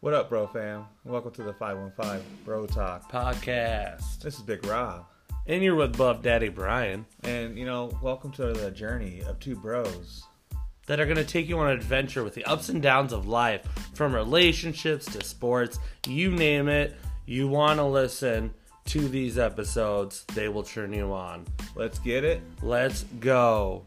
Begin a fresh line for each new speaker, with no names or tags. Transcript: What up, bro fam? Welcome to the 515 Bro Talk.
Podcast.
This is Big Rob.
And you're with Buff Daddy Brian
And, you know, welcome to the journey of two bros.
that are going to take you on an adventure with the ups and downs of life from relationships to sports, you name it. You want to listen to these episodes, they will turn you on.
Let's get it.
Let's go.